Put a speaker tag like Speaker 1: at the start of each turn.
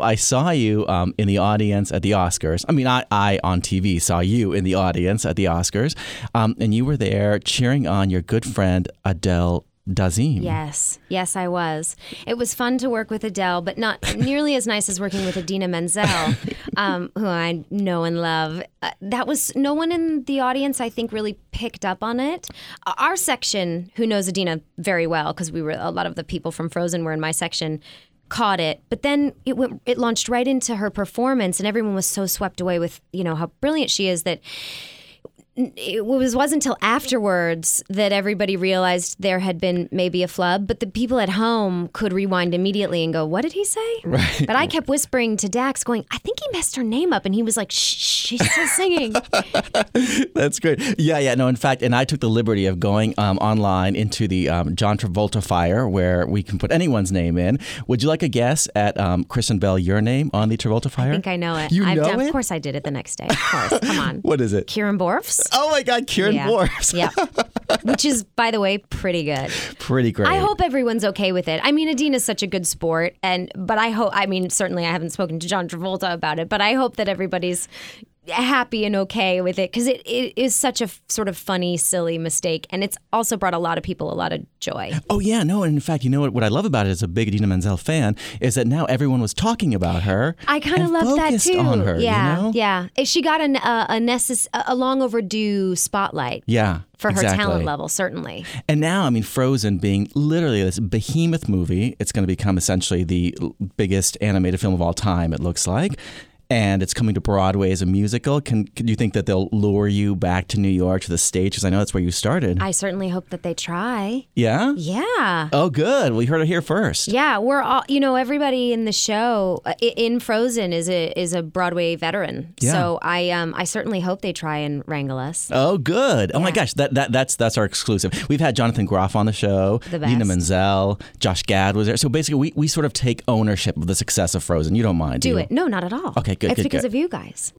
Speaker 1: I saw you um, in the audience at the Oscars. I mean, I, I on TV saw you in the audience at the Oscars, um, and you were there cheering on your good friend Adele Dazim.
Speaker 2: Yes, yes, I was. It was fun to work with Adele, but not nearly as nice as working with Adina Menzel, um, who I know and love. Uh, that was no one in the audience, I think, really picked up on it. Uh, Our section, who knows Adina very well, because we were a lot of the people from Frozen were in my section, caught it. But then it went, it launched right into her performance, and everyone was so swept away with you know how brilliant she is that it was wasn't until afterwards that everybody realized there had been maybe a flub, but the people at home could rewind immediately and go, "What did he say?" Right. But I kept whispering to Dax, going, "I think he messed her name up," and he was like, "Shh, shh, she's still singing."
Speaker 1: That's great. Yeah, yeah. No, in fact, and I took the liberty of going um, online into the um, John Travolta fire where we can put anyone's name in. Would you like a guess at um, Kristen Bell, your name on the Travolta fire?
Speaker 2: I think I know it.
Speaker 1: You
Speaker 2: I've
Speaker 1: know
Speaker 2: done,
Speaker 1: it?
Speaker 2: Of course, I did it the next day. Of course, come on.
Speaker 1: What is it?
Speaker 2: Kieran Borfs.
Speaker 1: Oh my God, Kieran
Speaker 2: Yeah.
Speaker 1: Morse.
Speaker 2: yeah, which is, by the way, pretty good.
Speaker 1: Pretty great.
Speaker 2: I hope everyone's okay with it. I mean, Adina's such a good sport, and but I hope. I mean, certainly I haven't spoken to John Travolta about it, but I hope that everybody's happy and okay with it because it, it is such a f- sort of funny, silly mistake, and it's also brought a lot of people a lot of joy.
Speaker 1: Oh yeah, no, and in fact, you know what? What I love about it as a big Adina Menzel fan is that now everyone was talking about her.
Speaker 2: I kind of
Speaker 1: and
Speaker 2: love that
Speaker 1: focused
Speaker 2: too.
Speaker 1: On her, you
Speaker 2: yeah,
Speaker 1: know?
Speaker 2: yeah. If She got an, uh, a, necess- a a long overdue spotlight
Speaker 1: yeah,
Speaker 2: for her
Speaker 1: exactly.
Speaker 2: talent level, certainly.
Speaker 1: And now, I mean, Frozen being literally this behemoth movie, it's going to become essentially the l- biggest animated film of all time. It looks like. And it's coming to Broadway as a musical. Can, can you think that they'll lure you back to New York to the stage? Because I know that's where you started.
Speaker 2: I certainly hope that they try.
Speaker 1: yeah.
Speaker 2: Yeah.
Speaker 1: Oh, good. We heard it here first.
Speaker 2: Yeah, we're all you know everybody in the show uh, i- in Frozen is a is a Broadway veteran.
Speaker 1: Yeah.
Speaker 2: So I um I certainly hope they try and wrangle us.
Speaker 1: Oh, good. Oh my gosh, that, that that's that's our exclusive. We've had Jonathan Groff on the show,
Speaker 2: The
Speaker 1: Nina
Speaker 2: best.
Speaker 1: Menzel, Josh Gad was there. So basically, we, we sort of take ownership of the success of Frozen. You don't mind, do,
Speaker 2: Do
Speaker 1: you?
Speaker 2: it. No, not at all.
Speaker 1: Okay, good,
Speaker 2: It's
Speaker 1: good,
Speaker 2: because
Speaker 1: good.
Speaker 2: of you guys.